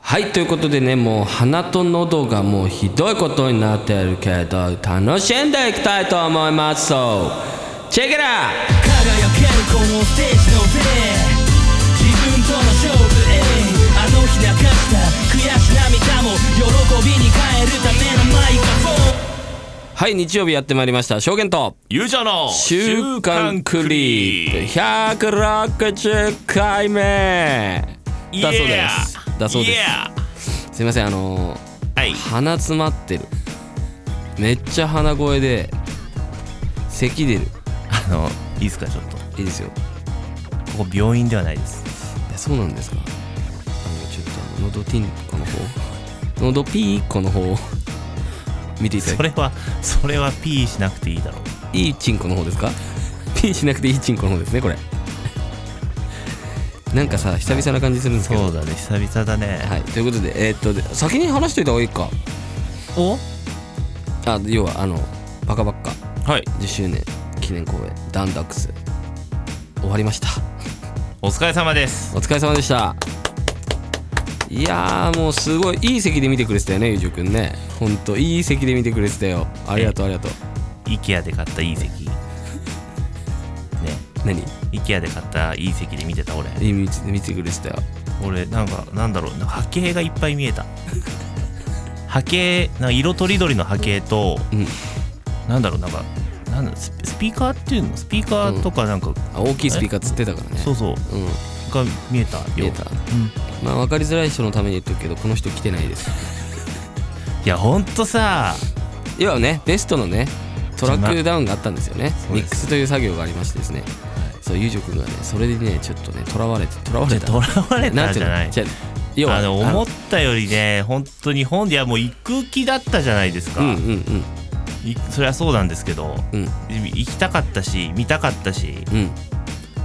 はいということでねもう鼻と喉がもうひどいことになってるけど楽しんでいきたいと思いますそうチェケラ輝けるこのステージの上自分との勝負へあの日泣かした悔し涙も喜びに変えるためのマイクロフォンはい日曜日やってまいりました証言とゆうちゃんの週刊クリープ160回目だそうですだそうですすいませんあのーはい鼻詰まってるめっちゃ鼻声で咳出るあのいいですかちょっといいですよここ病院ではないですえそうなんですかあのちょっとあの喉ティンコの方喉ピーコの方を見ていたそだいれはそれはピーしなくていいだろうていいチンコの方ですかピーしなくていいチンコの方ですねこれなんかさ久々な感じするんですけどそうだね久々だね、はいということでえーっとで先に話しといた方がいいかおあ要はあのバカバッカはい10周年記念公演ダンダックス終わりましたお疲れ様ですお疲れ様でしたいやーもうすごいいい席で見てくれてたよねゆうじょうくんねほんといい席で見てくれてたよありがとうありがとう IKEA で買ったいい席ね何 IKEA で買ったいい席で見てた俺いい見て見てくれてたよ俺なんかなんだろうなんか波形がいっぱい見えた波形なんか色とりどりの波形と、うんなんだろうなんかなんだススピーカーっていうのスピーカーとかなんか、あ大きいスピーカーつってたからねそうそううんが見えたよ見えたうんまあ分かりづらい人のために言っとくけどこの人来てないですいやほんとさ要はねベストのねトラックダウンがあったんですよねそうですミックスという作業がありましてですねそうゆうじょうくんがねそれでねちょっとねとらわれてとらわじれゃたとらわれたんてじゃないじゃあ要はあのあの思ったよりね本当に本ではもう行く気だったじゃないですか、うんうんいそれはそうなんですけどうんうん行きたかったし見たかったし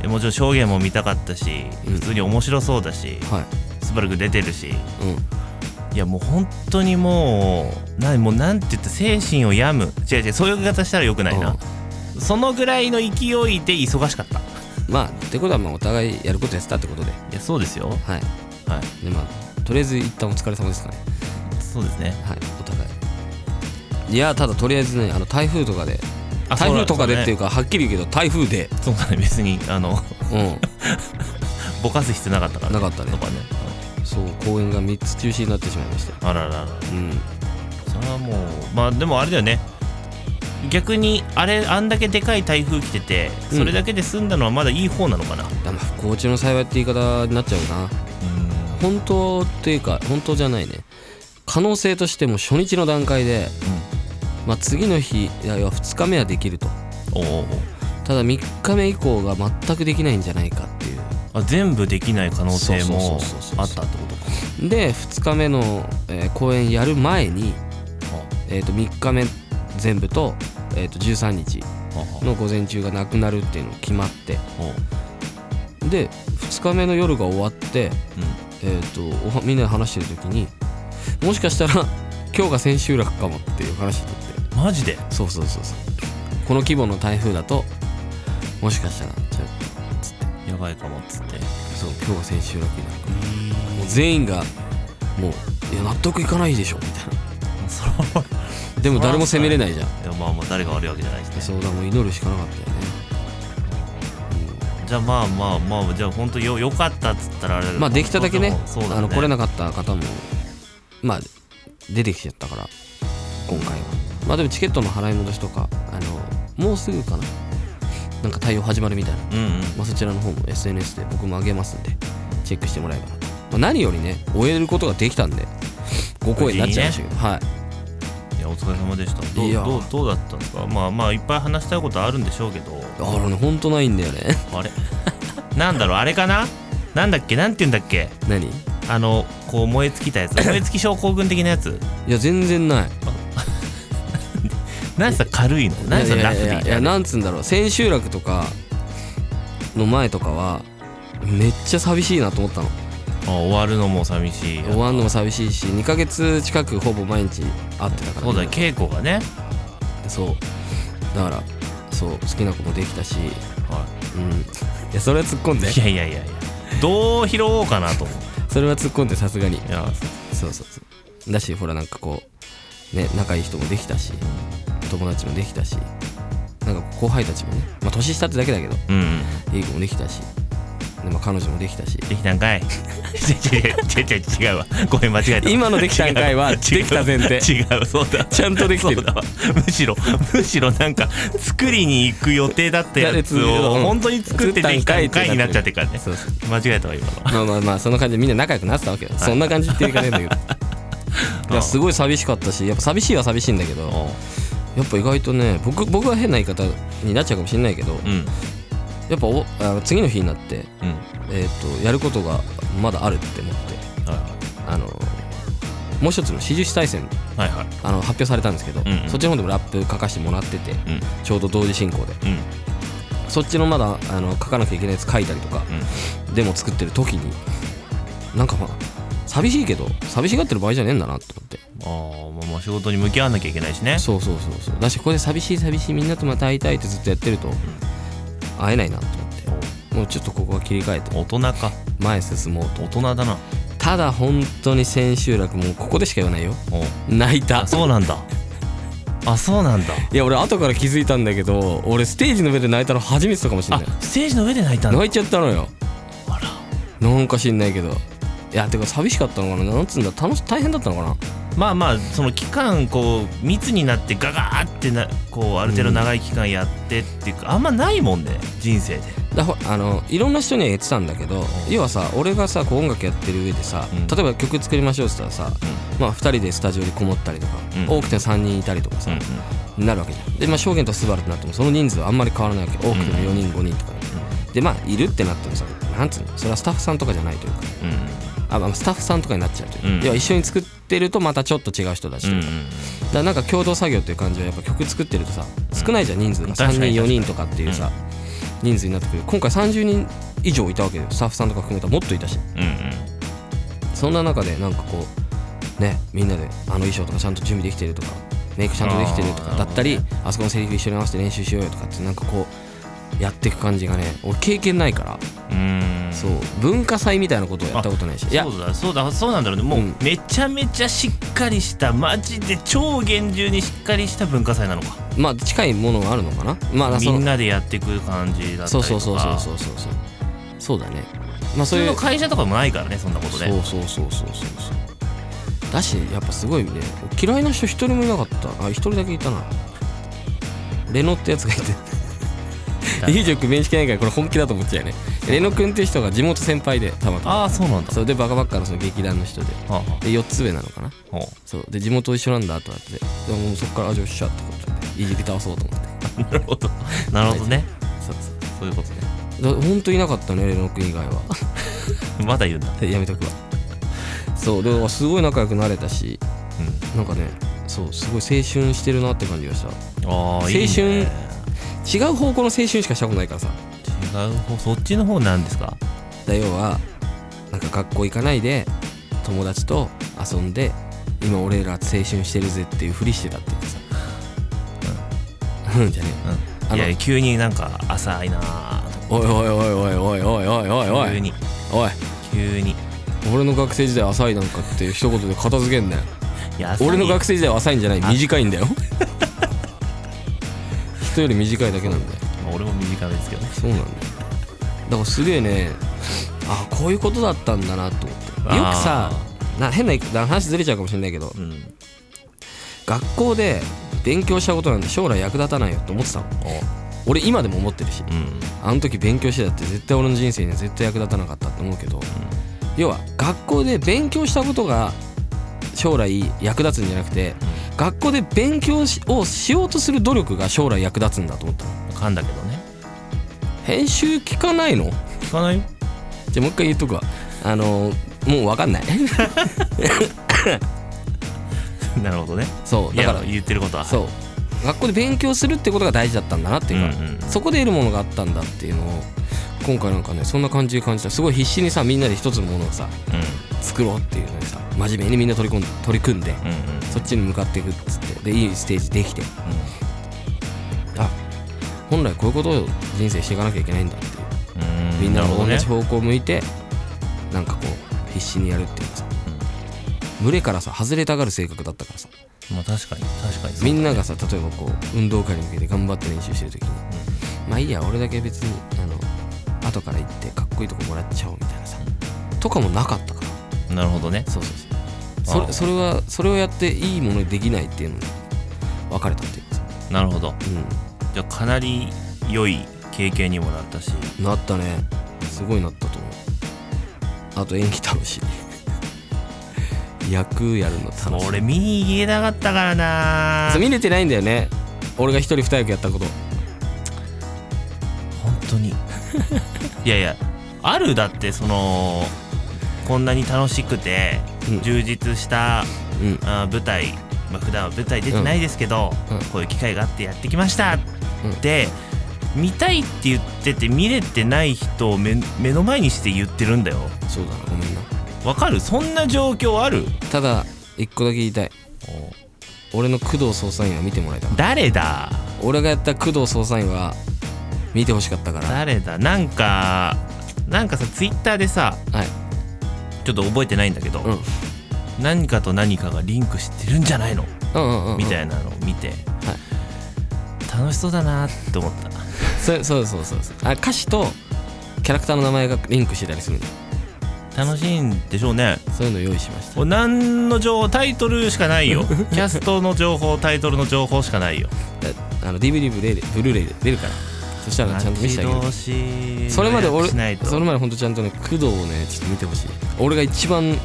うんもちろん証言も見たかったしうん普通に面白そうだし、はいスバルくん出てるしうんいやもう本当にもうなもうなんて言った精神を病む違う違うそういう言い方したらよくないな、そのぐらいの勢いで忙しかったいまあってことはまあお互いやることやってたってことでやそうですよはいはでまあとりあえず一旦お疲れ様ですかねいそうですねはいお互いいやただとりあえずねあの台風とかであ台風とかそうでだっていうかはっきり言うけど台風でそうだね別にあの うぼかす必要なかった からなかったねとかねんそう公演が3つ中止になってしまいましたあらららうんそれはもうまあでもあれだよね逆にあれあんだけでかい台風来ててうんそれだけで済んだのはまだいい方なのかな、だまあ不幸中の幸いって言い方になっちゃうな本当っていうか本当じゃないね可能性としても初日の段階で、まあ、次の日いやいや2日目はできるとおうおうおうただ3日目以降が全くできないんじゃないかっていうあ全部できない可能性そもうそうそうそうそうあったってことかで2日目の、えー公演やる前に、えー、と3日目全部と,、えー、と13日の午前中がなくなるっていうのが決まっておうで2日目の夜が終わって、うえー、とおはみんなで話してる時にもしかしたら 今日が千秋楽かもっていう話になってんマジでそうそうそうそうこの規模の台風だともしかしたらちょっやばいかもっつってとそう今日が千秋楽になるかももう全員がもういや納得いかないでしょみたいな。それはでも誰も責めれないじゃんいやまあまあ誰が悪いわけじゃないですねそうだもう祈るしかなかったよね、じゃあまあまあまあじゃあ本当よよかったっつったらあれだけうどんまあできただけねそうだねあの来れなかった方もまあ出てきちゃったから今回はまあでもチケットの払い戻しとかあのもうすぐかななんか対応始まるみたいな、うんうんまあ、そちらの方も SNS で僕も上げますんでチェックしてもらえばなと、まあ、何よりね終えることができたんでご声になっちゃいましたけど、はいいやお疲れ様でしたどいうやどうどうだったんですかまあまあいっぱい話したいことあるんでしょうけどだからねほんとないんだよね あれなんだろうあれかななんだっけなんて言うんだっけ何いあのこう燃え尽きた やつ燃え尽き症候群的なやつや全然ない何さ軽いの何さいラやフいやいやでいやなんつうんだろう千秋楽とかの前とかはめっちゃ寂しいなと思ったのあ終わるのも寂しい終わんのも寂しいし2ヶ月近くほぼ毎日会ってたからそうだみねん稽古がねなそうだからそう好きな子もできたしはうんいやそれは突っ込んでいいやいやいやいやどう拾おうかなと思それは突っ込んでさすがにいやそうそうそうだしほらなんかこうね仲いい人もできたし友達もできたしなんか後輩たちもねまあ年下ってだけだけどうんうんいい子もできたしで、まあ、彼女もできたしできたんかい 違う違う違う違うわごめん間違えた今のできたんかいは 違うできた前提違うそうだちゃんとできてるそうだわむしろむしろなんか作りに行く予定だったやつをうん本当に作ってできたんかいになっちゃってからねそうそう間違えたわ今のはまあまあまあそんな感じでみんな仲良くなってたわけよそんな感じっていかねえんだけど いやすごい寂しかったしやっぱ寂しいは寂しいんだけどやっぱ意外とね僕僕は変な言い方になっちゃうかもしれないけどうんやっぱおあ次の日になって、うんえー、とやることがまだあるって思ってあのもう一つの四十四大戦はいはいあの発表されたんですけど、んうんそっちの方でもラップ書かせてもらっててうんちょうど同時進行でうんそっちのまだあの書かなきゃいけないやつ書いたりとか、でも作ってる時になんかまあ寂しいけど寂しがってる場合じゃねえんだなと思ってうんああまあまあ仕事に向き合わなきゃいけないしねそうそうそうそうだしここで寂しい寂しいみんなとまた会いたいってずっとやってると会えないなと思ってもうちょっとここは切り替えて大人か前進もうと大人だなただ本当に千秋楽もうここでしか言わないよおう泣いたあそうなんだあそうなんだいや俺後から気づいたんだけど俺ステージの上で泣いたの初めてかもしれあないステージの上で泣いたんだ泣いちゃったのよあらなんか知んないけどいやてか寂しかったのかななんつうんだ楽し大変だったのかなまあまあその期間こう密になってガガーってなこうある程度長い期間やってっていうか、あんまないもんね人生でだほあのいろんな人には言ってたんだけど要はさ俺がさこう音楽やってる上でさ、うん例えば曲作りましょうって言ったらさ、まあ、2人でスタジオにこもったりとか、うん多くて3人いたりとかさ、なるわけじゃんで、まあ、証言とスバルってなってもその人数はあんまり変わらないわけ多くても4人5人とか、でまあいるってなってもさなんつうのそれはスタッフさんとかじゃないというかあまあスタッフさんとかになっちゃうというか、うん要は一緒に作ってるとまたちょっと違う人たちとういんううんか,、だからなんか共同作業っていう感じはやっぱ曲作ってるとさ少ないじゃん人数が確か3に人4人とかっていうさ、人数になってくる今回30人以上いたわけでスタッフさんとか含めたらもっといたしうんうんそんな中でなんかこうねみんなであの衣装とかちゃんと準備できてるとかメイクちゃんとできてるとあかーだったりあそこのセリフ一緒に合わせて練習しようよとかってなんかこうやっていく感じがね俺経験ないから、うんうんそう文化祭みたいなことをやったことないしいやそうだそうだそうなんだろうねもう、うんめちゃめちゃしっかりしたマジで超厳重にしっかりした文化祭なのかまあ近いものはあるのかなまあみそのんなでやっていく感じだったりとかそうそうそうそうそうそうそうそうだねまあ普そう通いのう会社とかもないからねそんなことそでうそうそうそうそうそうだしやっぱすごいね嫌いな人一人もいなかったあ一人だけいたなレノってやつがいて誰リージョ君面識ないからこれ本気だと思っちゃうよねレノ君っていう人が地元先輩でたまたまああそうなんだそれでバカバッカのその劇団の人ではあはで4つ上なのかなあはそうで地元一緒なんだとかってでもうそっからあじゃあよっしゃってことでいじり倒そうと思ってあなるほどなるほどねそうそそういうことねうだほんといなかったねレノ君以外はまだ言うんだでやめとくわそうでもすごい仲良くなれたしなんかねそうすごい青春してるなって感じがしたああいい、ね、青違う方向の青春しかしたことないからさ違う方そっちの方なんですかだ要はなんか学校行かないで友達と遊んで今俺ら青春してるぜっていうふりしてたっていうかさうんじ ゃねうあのんいや急になんか浅いなぁえよおいおいおいおいおいおいおいお急いにおい急に俺の学生時代浅いなんかって一言で片付けんなよいや浅い俺の学生時代は浅いんじゃない短いんだ よ人より短いだけなんだよまあ俺も短めですけどねそうなんだよだからすげえねあこういうことだったんだなと思ってよくさあな変なな話ずれちゃうかもしれないけどうん学校で勉強したことなんて将来役立たないよって思ってたの俺今でも思ってるしうんあの時勉強してたって絶対俺の人生には絶対役立たなかったって思うけど、要は学校で勉強したことが将来役立つんじゃなくて、学校で勉強しをしようとする努力が将来役立つんだと思ったの噛んだけどね編集聞かないの聞かないよ じゃあもう一回言っとくわあのーもう分か んないなるほどねそういだかやら言ってることはそう学校で勉強するってことが大事だったんだなっていうか、うんうんそこで得るものがあったんだっていうのを今回なんかねそんな感じで感じたすごい必死にさみんなで一つのものをさう作ろうっていうのにさ真面目にみんな取り込んで取り組んで、んうんうんそっちに向かっていくっつってでいいステージできて、あ本来こういうことを人生していかなきゃいけないんだっていううーみんなるほもど同ねじ方向を向いてなんかこう必死にやるっていうのさ、群れからさ外れたがる性格だったからさまあ確かに確かにそうみんながさ例えばこう運動会に向けて頑張って練習してる時に、まあいいや俺だけ別にあの後から行ってかっこいいとこもらっちゃおうみたいなさとかもなかったからなるほどねそうそうそうそあれあそれはそれをやっていいものにできないっていうのに別れたっていうかさなるほどうじゃあかなり良い経験にもなったしんなったねすごいなったと思うあと演技楽しい 役やるの楽しい俺見に行けなかったからなそう見れてないんだよね俺が一人二役やったこと本当 にいやいやあるだってそのこんなに楽しくてうん充実した、うんあー舞台、まあ普段は舞台出てないですけど、うんこういう機会があってやってきましたって、見たいって言ってて見れてない人を目目の前にして言ってるんだよそうだなごめんなわかるそんな状況あるただ一個だけ言いたい俺の工藤捜査員は見てもらいたかっ誰だた俺がやった工藤捜査員は見てほしかったから誰だなんかなんかさツイッターでさはいちょっと覚えてないんだけど、うん何かと何かがリンクしてるんじゃないのうんうんうんうんみたいなのを見て、楽しそうだなって思ったそうそうそうそうそうあ歌詞とキャラクターの名前がリンクしてたりするんで楽しいんでしょうねそういうの用意しましたもう何の情報タイトルしかない よキャストの情報タイトルの情報しかないよだあの DVD ブレイレブルーレイで出るからそしたらちゃんと見せてあげるるそれまで俺しないとそれまでほんとちゃんとね工藤をねちょっと見てほしい俺が一番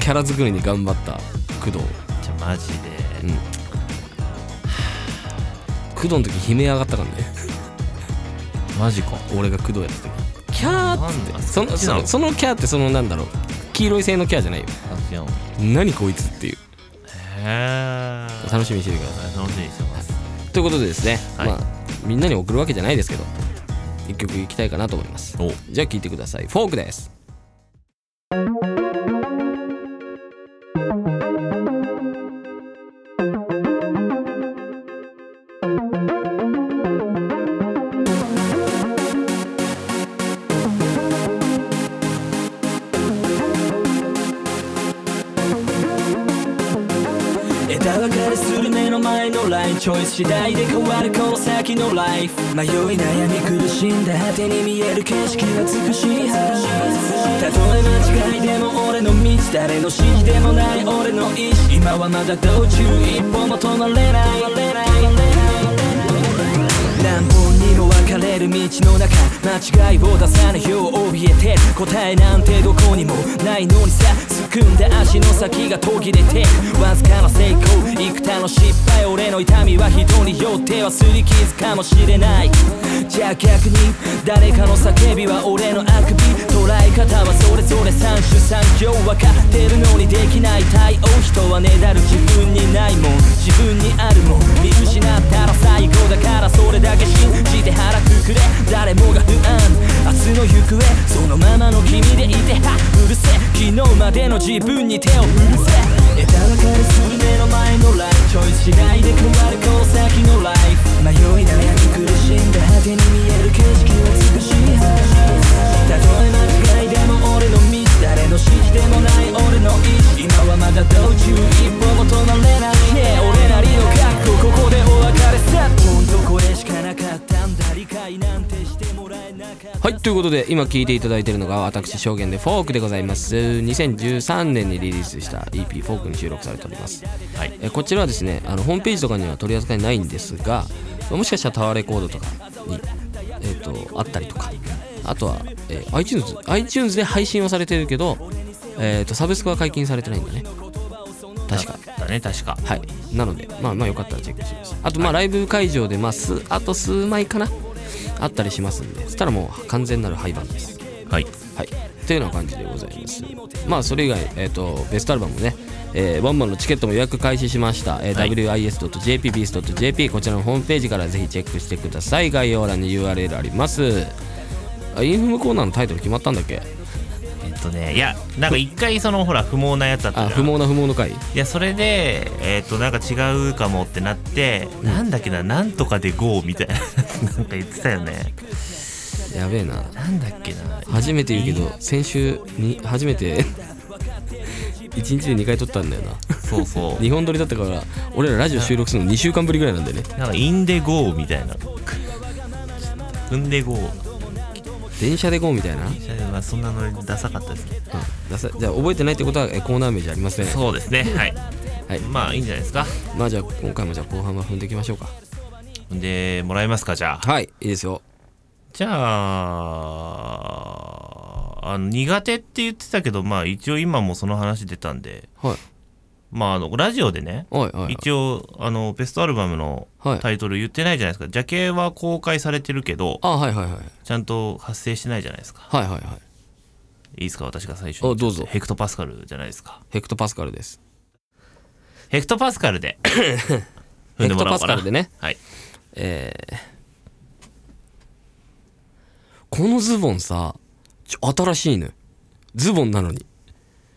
キャラ作りに頑張った工藤じゃあマジで、うん工藤の時悲鳴上がったからね マジか俺が工藤やった時キャーっつっなんてだそのそのそのキャーってそのなんだろう黄色い線のキャーじゃないよあ違うの何こいつっていうへえ楽しみにしててくださ楽しみにしてますいということでですね、はいまあみんなに送るわけじゃないですけど一曲いきたいかなと思いますおじゃあ聴いてくださいフォークです枝分かれする目の前のラインチョイス次第で変わるこの先のライフ迷い悩み苦しんだ果てに見える景色は美しいたとえ間違いでも俺の道誰の指示でもない俺の意志今はまだ道中一歩も止まれない何本にも分かれる道の中間違いを出さぬよう怯えてる答えなんてどこにもないのにさすくんだ足の先が途切れてわずかな成功幾多の失敗俺の痛みは人によっては擦り傷かもしれないじゃあ逆に誰かの叫びは俺のあくび捉え方はそれぞれ三種三様分かってるのにできない対応人はねだる自分にないもん自分にあるもん見失ったら最後だからそれだけ信じて腹くくれ誰もが不安明日の行方そのままの君でいてはうるせえ昨日までの自分に手を振るせ枝分かれする目の前のライフチョイス次第で変わるこの先のライフ迷い悩み苦しんだ果てに見える景色は美しいたとえ間違いでも俺の道誰の指示でもない俺の意志今はまだ道中一歩も止まれない、ねえ俺なりの覚悟ここでお別れさほんとこれしかなかったんだ理解なんてしてもらえなかったはいということで今聴いていただいているのが私証言でフォークでございます2013年にリリースした EP フォークに収録されております、はいえこちらはですねあのホームページとかには取り扱いないんですがもしかしたらタワーレコードとかに、えー、とあったりとかあとは、えー iTunes, iTunes で配信はされてるけど、えー、とサブスクは解禁されてないんだね確かだね確かはいなのでまあまあよかったらチェックしてくださいあとまあライブ会場でまあ数あと数枚かなあったりしますんでそしたらもう完全なる廃盤ですはいはいというような感じでございますまあそれ以外、えー、とベストアルバムね、えーワンマンのチケットも予約開始しました、えーはい wis.jpbeast.jp こちらのホームページからぜひチェックしてください概要欄に URL ありますあインフムコーナーのタイトル決まったんだっけえっとねいやなんか一回そのほら不毛なやつだったじゃあん不毛な不毛の回いやそれでえっ、となんか違うかもってなって、なんだっけななんとかで GO みたいな なんか言ってたよねやべえななんだっけな初めて言うけど先週に初めて 1日で2回撮ったんだよなそうそう2本撮りだったから俺らラジオ収録するの2週間ぶりぐらいなんだよねなんかインデゴーみたいなうんでゴー電車で GO みたいな、じゃあそんなのダサかったですねうんださじゃあ覚えてないってことはえコーナー名じゃありませんそうですねはい、はいまあいいんじゃないですかまあじゃあ今回もじゃあ後半は踏んでいきましょうかでもらえますかじゃあはいいいですよじゃああの苦手って言ってたけどまあ一応今もその話出たんではいまああのラジオでねはいはい一応あのベストアルバムのはいタイトル言ってないじゃないですか、ジャケは公開されてるけどあはいはいはいはいちゃんと発生してないじゃないですかはいはいはいいいですか私が最初あにどうぞヘクトパスカルじゃないですかヘクトパスカルですヘクトパスカルで踏 ヘんクでもトらおパうスかカなルでねはいえーこのズボンさちょ新しいのよズボンなのに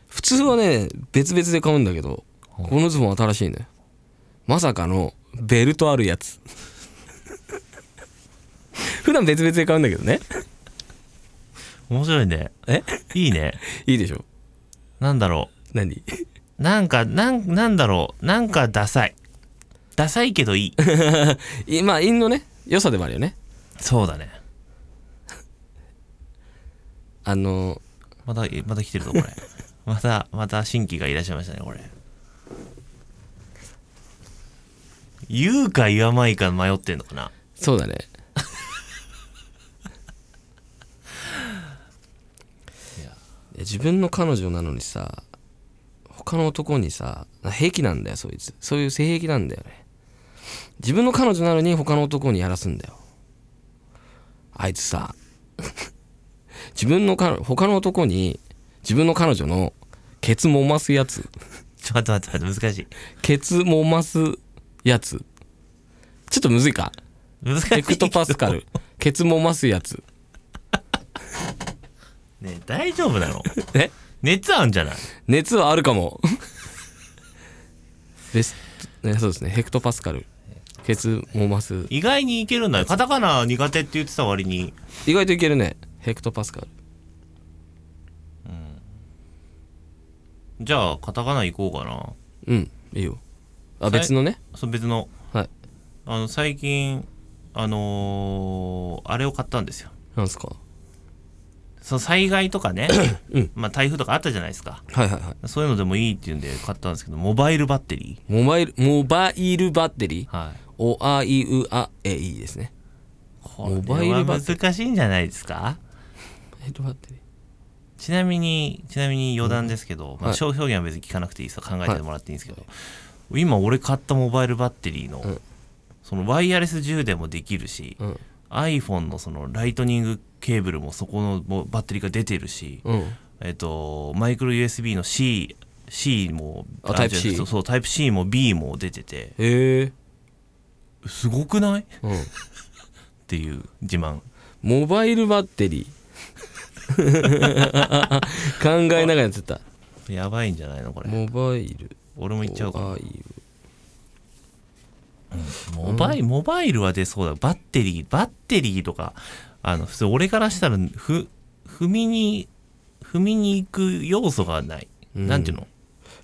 普通はね別々で買うんだけどこのズボン新しいのよまさかのベルトあるやつ 普段別々で買うんだけどね面白いねえいいねいいでしょなんだろ何 うなんかなんなんだろうなんかダサいダサいけどい いいまあ陰のね良さでもあるよねそうだねあのまたえまた来てるぞこ れまたまた新規がいらっしゃいましたねこれ言うか言わないか迷ってんのかなそうだねいいやや自分の彼女なのにさ他の男にさ平気なんだよそいつそういう性癖なんだよね自分の彼女なのに他の男にやらすんだよあいつさ自分の彼他の男に自分の彼女のケツ揉ますやつちょっと待って待って難しいケツ揉ますやつちょっとむずいか難しいヘクトパスカルケツ揉ますやつねえ大丈夫なの え熱あんじゃない熱はあるかもベスト、ね、そうですねヘクトパスカルケツモマス意外にいけるんだよカタカナ苦手って言ってた割に意外といけるねヘクトパスカルじゃあカタカナいこうかなうんいいよあい別のねそう別のはいあの最近あのーあれを買ったんですよなんすかその災害とかね、まあ台風とかあったじゃないですかはいはいはいそういうのでもいいっていうんで買ったんですけどモバイルバッテリモバイルモバイルバッテリーーはいおあいうあえいいですねこモバイれルはバッテ難しいんじゃないですかモバイルバッテリーちなみにちなみに余談ですけど、まはあ、い商表現は別に聞かなくていいです考えてもらっていいんですけど、今俺買ったモバイルバッテリーの、んそのワイヤレス充電もできるし、うん iPhone のそのライトニングケーブルもそこのもうバッテリーが出てるし、うんえっとマイクロ USB の C, C もあ Type-C そうそうタイプ C も B も出ててへえすごくないっうんていう自慢モバイルバッテリ ー考えながらやってたやばいんじゃないのこれモバイル俺も言っちゃおうかなモバイルモバイル、モバイルは出そうだ。バッテリー、バッテリーとか、あの、普通俺からしたら、ふ、踏みに、踏みに行く要素がない。うんなんていうの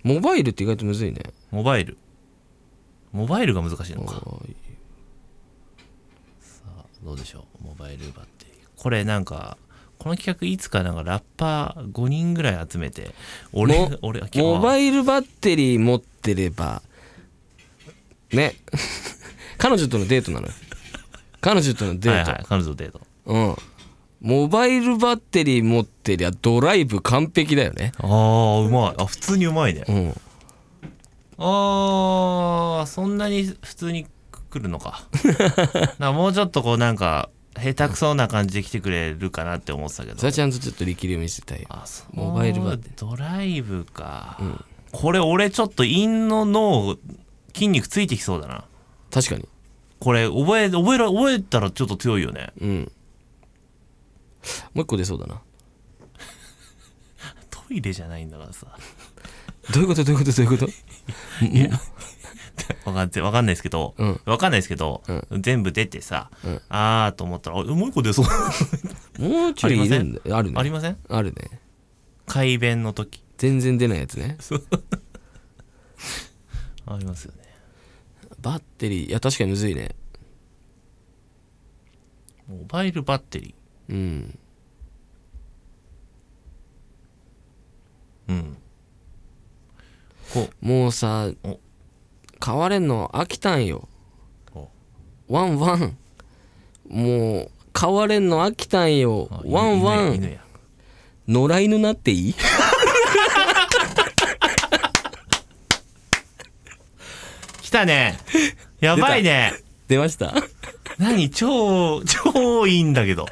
モバイルって意外とむずいねモバイル。モバイルが難しいのか。はいどうでしょうモバイルバッテリー。これなんか、この企画いつかなんかラッパー5人ぐらい集めて、俺も、俺、あモバイルバッテリー持ってればね 彼女とのデートなのよ彼女とのデート、はいはい、彼女とデート。うんモバイルバッテリー持ってりゃドライブ完璧だよねああ、うまい。あ、普通にうまいね。うんあーそんなに普通に来る のかなもうちょっとこうなんか下手くそな感じで来てくれるかなって思ってたけザどちゃんとちょっと力量見せたいよあそうモバイルバッテドライブか、これ俺ちょっと陰の脳筋肉ついてきそうだな確かにこれ覚え覚えら覚えたらちょっと強いよねうんもう一個出そうだなトイレじゃないんだからさどういうことどういうことどういうことわかんわかんないですけど、うんわかんないですけど、全部出てさ、うんあーと思ったらあもう一個出そう もうちょいいるんだあるねありませんあるね改便の時全然出ないやつねありますよねバッテリーいや確かにむずいねモバイルバッテリうんーうんこもうさお買われんの飽きたんよおワンワンもう買われんの飽きたんよあワンワ犬や犬ンや野良犬なっていい 来 たねやばいね出ました 何 超超いいんだけど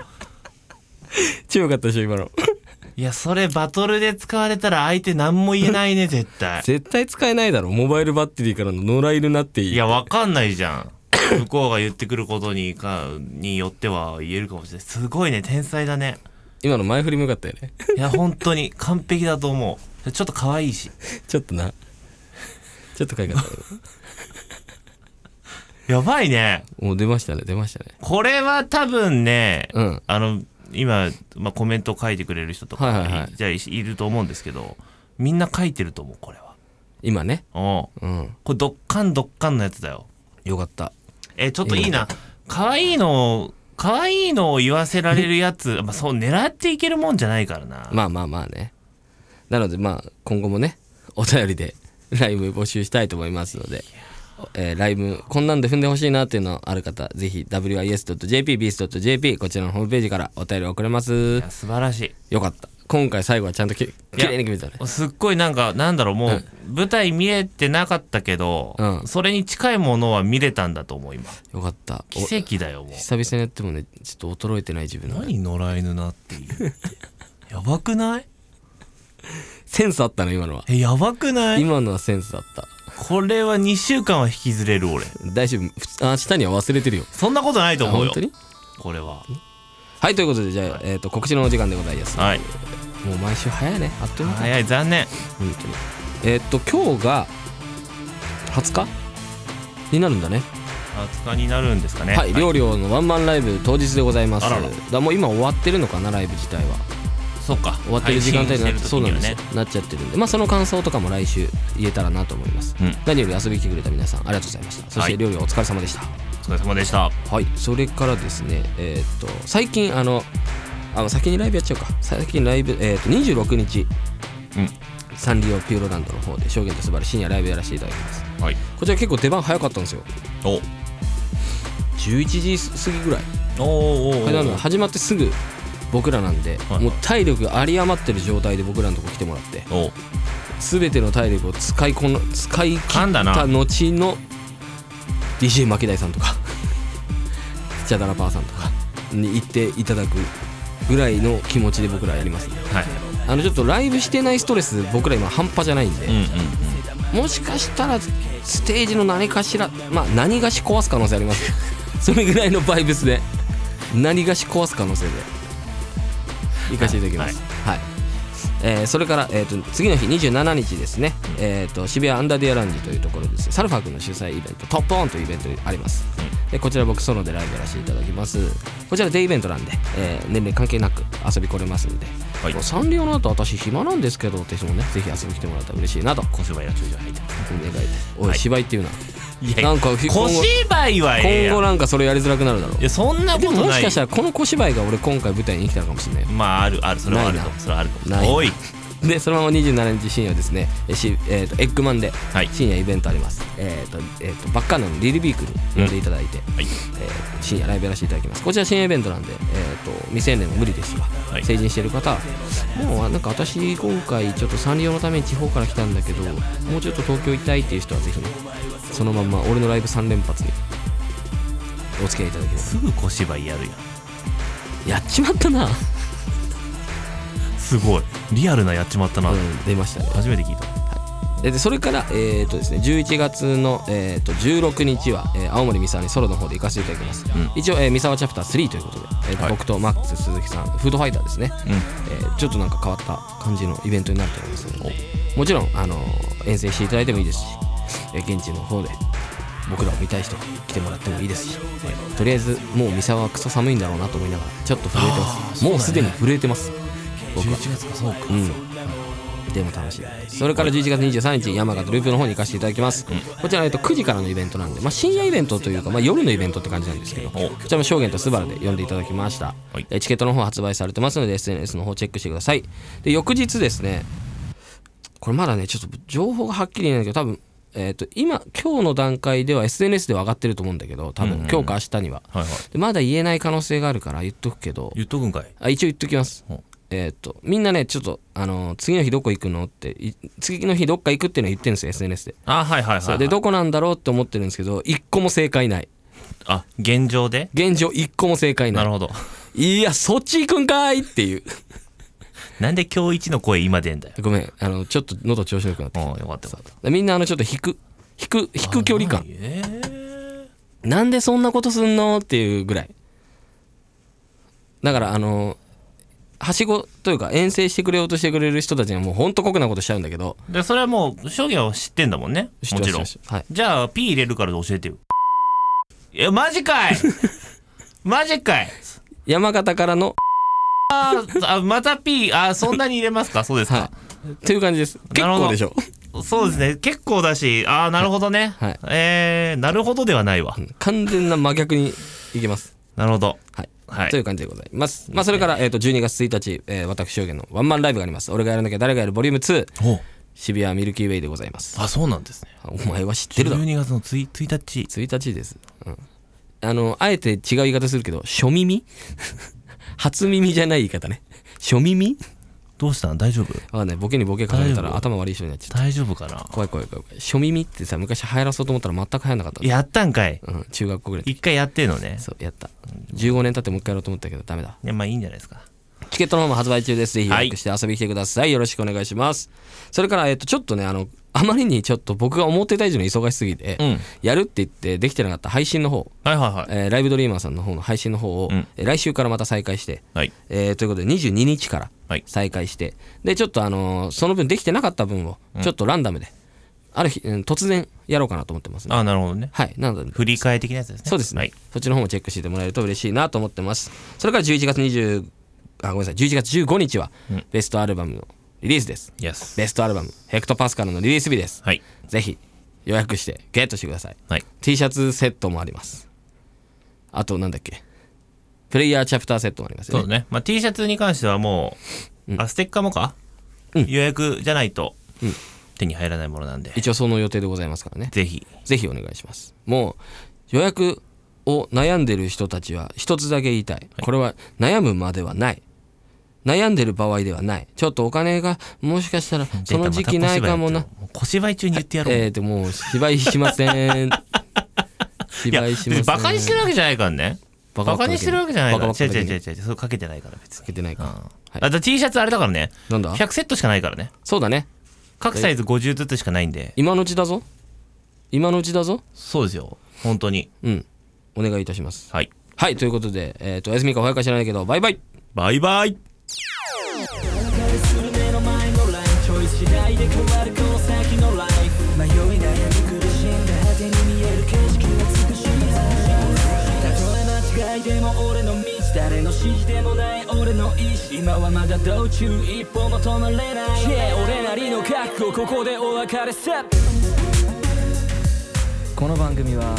超よかったでしょ今 のいやそれバトルで使われたら相手何も言えな いね絶対絶対使えないだろモバイルバッテリーからの野良犬なっていいいやわかんないじゃん 向こうが言ってくることにかによっては言えるかもしれないすごいね天才だね今の前振りもよかったよね いや本当に完璧だと思うちょっと可愛いしちょっとなちょっとか いかったけどやばいねもう出ましたね出ましたねこれは多分ね、うんあの今、まあ、コメントを書いてくれる人とか、はいはいはいじゃあいいると思うんですけどみんな書いてると思うこれは今ねおううんこれドッカンドッカンのやつだよよかったえちょっといいな可愛いのを可愛いのを言わせられるやつ、まあ、そう狙っていけるもんじゃないからな、まあまあまあねなのでまあ今後もねお便りで ライブ募集したいと思いますので、えーライブこんなんで踏んでほしいなっていうのある方ぜひ wis.jpbeast.jp こちらのホームページからお便り送れますいや素晴らしいよかった今回最後はちゃんとき綺麗に決めたねすっごいなんかなんだろうもう、舞台見れてなかったけど、うんそれに近いものは見れたんだと思う今よかったお奇跡だよもう久々にやってもねちょっと衰えてない自分の何野良犬なっていう やばくないセンスあったの今のはえやばくない今のはセンスだったこれは2週間は引きずれる俺大丈夫ふつ明日には忘れてるよそんなことないとあ思う本よ当にこれははいということでじゃあ、えー、と告知のお時間でございます、はいもう毎週早いねあっという間だ早い残念本当にえーっと今日が20日になるんだね20日になるんですかねはいはい両寮のワンマンライブ当日でございますあららだもう今終わってるのかなライブ自体はそうか終わってる時間帯になっ配て信してそうなんる時にはですよなっちゃってるんでまあその感想とかも来週言えたらなと思います、うん何より遊びに来てくれた皆さんありがとうございましたそしはてい両寮お疲れ様でしたはお疲れ様でしたい、それからですねえーっと最近あのあの先にライブやっちゃうか最近ライブえーっと26日うんサンリオピューロランドの方で証言とすばる深夜ライブやらせていただきますはいこちら結構出番早かったんですよお11時過ぎぐらいおーおーおーこれなので始まってすぐ僕らなんで、はいもう体力有り余ってる状態で僕らのとこ来てもらってお全ての体力を使いこの使い切噛んだっなた後の DJ 巻大さんとかチャダラパーさんとかに行っていただくぐらいの気持ちで僕らやります、ね、はいあのちょっとライブしてないストレス僕ら今半端じゃないんで、うんうんもしかしたらステージの何かしらまあ何がし壊す可能性あります それぐらいのバイブスで何がし壊す可能性で行かせていただきますはい、えーそれから、えー、と次の日27日ですね、えー、と渋谷アンダーディアランジというところですサルファー君の主催イベントトップオンというイベントがあります、でこちら僕ソロでライブやらせていただきますこちらデイイベントなんで、えー年齢関係なく遊び来れますので、はいもうサンリオの後私暇なんですけどって人もねぜひ遊びに来てもらったら嬉しいなと小芝居が中場入ってますお願いおい、はい芝居っていうな。いやいやなんかひ今小後芝居はえ今えやん後なんかそれやりづらくなるだろいやう。そんなこでとないももしかしたららこの小芝居が俺今回舞台に生きたのかもしれないよ。まああるあるそれはあるないとなそれはあるとないなおいでそのまま27日深夜ですねえし、えー、とエッグマンではい深夜イベントあります、えっ、と,、えー、とバッカーナのリリビークに呼んでいただいて、はえいー深夜ライブやらせていただきますこちら深夜イベントなんで、えー、と未成年も無理ですが、はい成人してる方もうなんか私今回ちょっとサンリオのために地方から来たんだけどもうちょっと東京行きたいっていう人はぜひねそのまんま俺のライブ3連発にお付き合いいただければすぐ小芝居やるやんやっちまったな、すごいリアルなやっちまったな、うん、出ましたね初めて聞いたえでそれから、えーとですね、11月の、えー、と16日は、えー青森三沢にソロの方で行かせていただきます、ん一応、えー、三沢チャプター3ということで、えーとはい僕とマックス鈴木さんフードファイターですね、うんえーちょっとなんか変わった感じのイベントになると思いますのでもちろん、あのー遠征していただいてもいいですし、えー現地の方で僕らを見たい人来てもらってもいいですし、えーとりあえずもう三沢はクソ寒いんだろうなと思いながらちょっと震えてます、あーもうすでに震えてます僕は月かそうかうん、でも楽しいそれから11月23日山形ループの方に行かせていただきます、こちら、えっと、9時からのイベントなんで、まあ、深夜イベントというか、まあ、夜のイベントって感じなんですけどこおちらも証言とスバルで呼んでいただきました、はいえチケットの方発売されてますので SNS の方チェックしてくださいで翌日ですねこれまだねちょっと情報がはっきり言えないけど多分えっ、と今今日の段階では SNS では上がってると思うんだけど多分、今日か明日には、はいはいでまだ言えない可能性があるから言っとくけど言っとくんかいあ一応言っときますうん。えーっとみんなねちょっと、あのー次の日どこ行くのってい次の日どっか行くっていうのは言ってるんですよ SNS で。あはいはいはい、そはうい、でどこなんだろうって思ってるんですけど一個も正解ないあ現状で現状一個も正解なないるほど いやそっち行くんかいっていうなんで今日一の声今出んだよごめんあのちょっと喉調子よくなってきおうよかったよかったたみんなあのちょっと引く引く引く距離感えなんでそんなことすんのっていうぐらいだからあのはしごというか遠征してくれようとしてくれる人たちにはもうほんと酷なことしちゃうんだけどーでそれはもう証言は知ってんだもんね知っもてますちろん知ってますはいじゃあ P 入れるから教えてよいやマジか いマジかい山形からのああまた P あそんなに入れますかそうですか、はい。という感じです。結なるほど構でしょ。そうですね結構だしああなるほどね、はいえー、なるほどではないわ、完全な真逆にいけます。なるほどはい。はいという感じでございます。まあ、それから、えっ、と、12月1日、えー、私、証言のワンマンライブがあります。俺がやらなきゃ誰がやる、ボリューム2、お渋谷ミルキーウェイでございます。あそうなんですねお前は知ってるだろ。 12月のつい1日1日です。うん。あの、あえて違う言い方するけど、初耳 初耳じゃない言い方ね。初耳どうしたん大丈夫わかんない。ボケにボケ重ねた大丈ら夫頭悪い人になっちゃった。大丈夫かな怖い怖い怖い怖い。初耳ってさ、昔流行らそうと思ったら全く流行んなかったの。やったんかいうん、中学校ぐらいの時一回やってんのねそうやった15年経ってもう一回やろうと思ったけどダメだいやまあいいんじゃないですかチケットの方も発売中ですぜひ予はい約して遊びに来てください、よろしくお願いしますそれから、えっとちょっとねあのあまりにちょっと僕が思ってた以上に忙しすぎて、うんやるって言ってできてなかった配信の方、はいはいはいえーライブドリーマーさんの方の配信の方を、うんえー来週からまた再開して、はいえーということで22日からはい再開して、でちょっとあのーその分できてなかった分をちょっとランダムで、ある日、うん突然やろうかなと思ってますねあなるほどねはいなので振り替え的なやつですねそうですね、はいそっちの方もチェックしてもらえると嬉しいなと思ってますそれから11月20あごめんなさい11月15日はベストアルバムのリリースです、 Yes ベストアルバムヘクトパスカルのリリース日です、はいぜひ予約してゲットしてくださいはい T シャツセットもありますあとなんだっけプレイヤーチャプターセットもありますよそねうねまあ T シャツに関してはもうあステッカーもか予約じゃないと手に入らないものなんで一応その予定でございますからねぜひぜひお願いしますもう予約を悩んでる人たちは一つだけ言いたい、これは悩むまではない悩んでる場合ではないちょっとお金がもしかしたらその時期ないかもな、う小芝居中に言ってやろうえー、でもう芝居しま せんいや芝居しま別せにんバカにしてるわけじゃないからねバカバカばっかりにしてるわけじゃないからバカば違っうかり違う違う違うそれかけてないから別つにけてないうんか、あはい、だ T シャツあれだからねなんだ100セットしかないからねそうだね各サイズ50ずつしかないんで今のうちだぞ今のうちだぞそうですよ本当にうんお願いいたしますはいはいということで、えー、とお休みかお早いか知らないけどバイバイバイバイする目の前のラインちょい次第で変わるこの先のライフ迷い悩み苦しんだ果てに見える景色は美しいたとえ間違いでも俺の道誰の指示でもない俺の意志今はまだ道中一歩も止まれない Yeah 俺なりの覚悟ここでお別れさこの番組は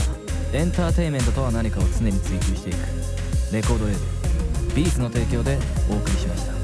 エンターテインメントとは何かを常に追求していくレコードレーベルビーズの提供でお送りしました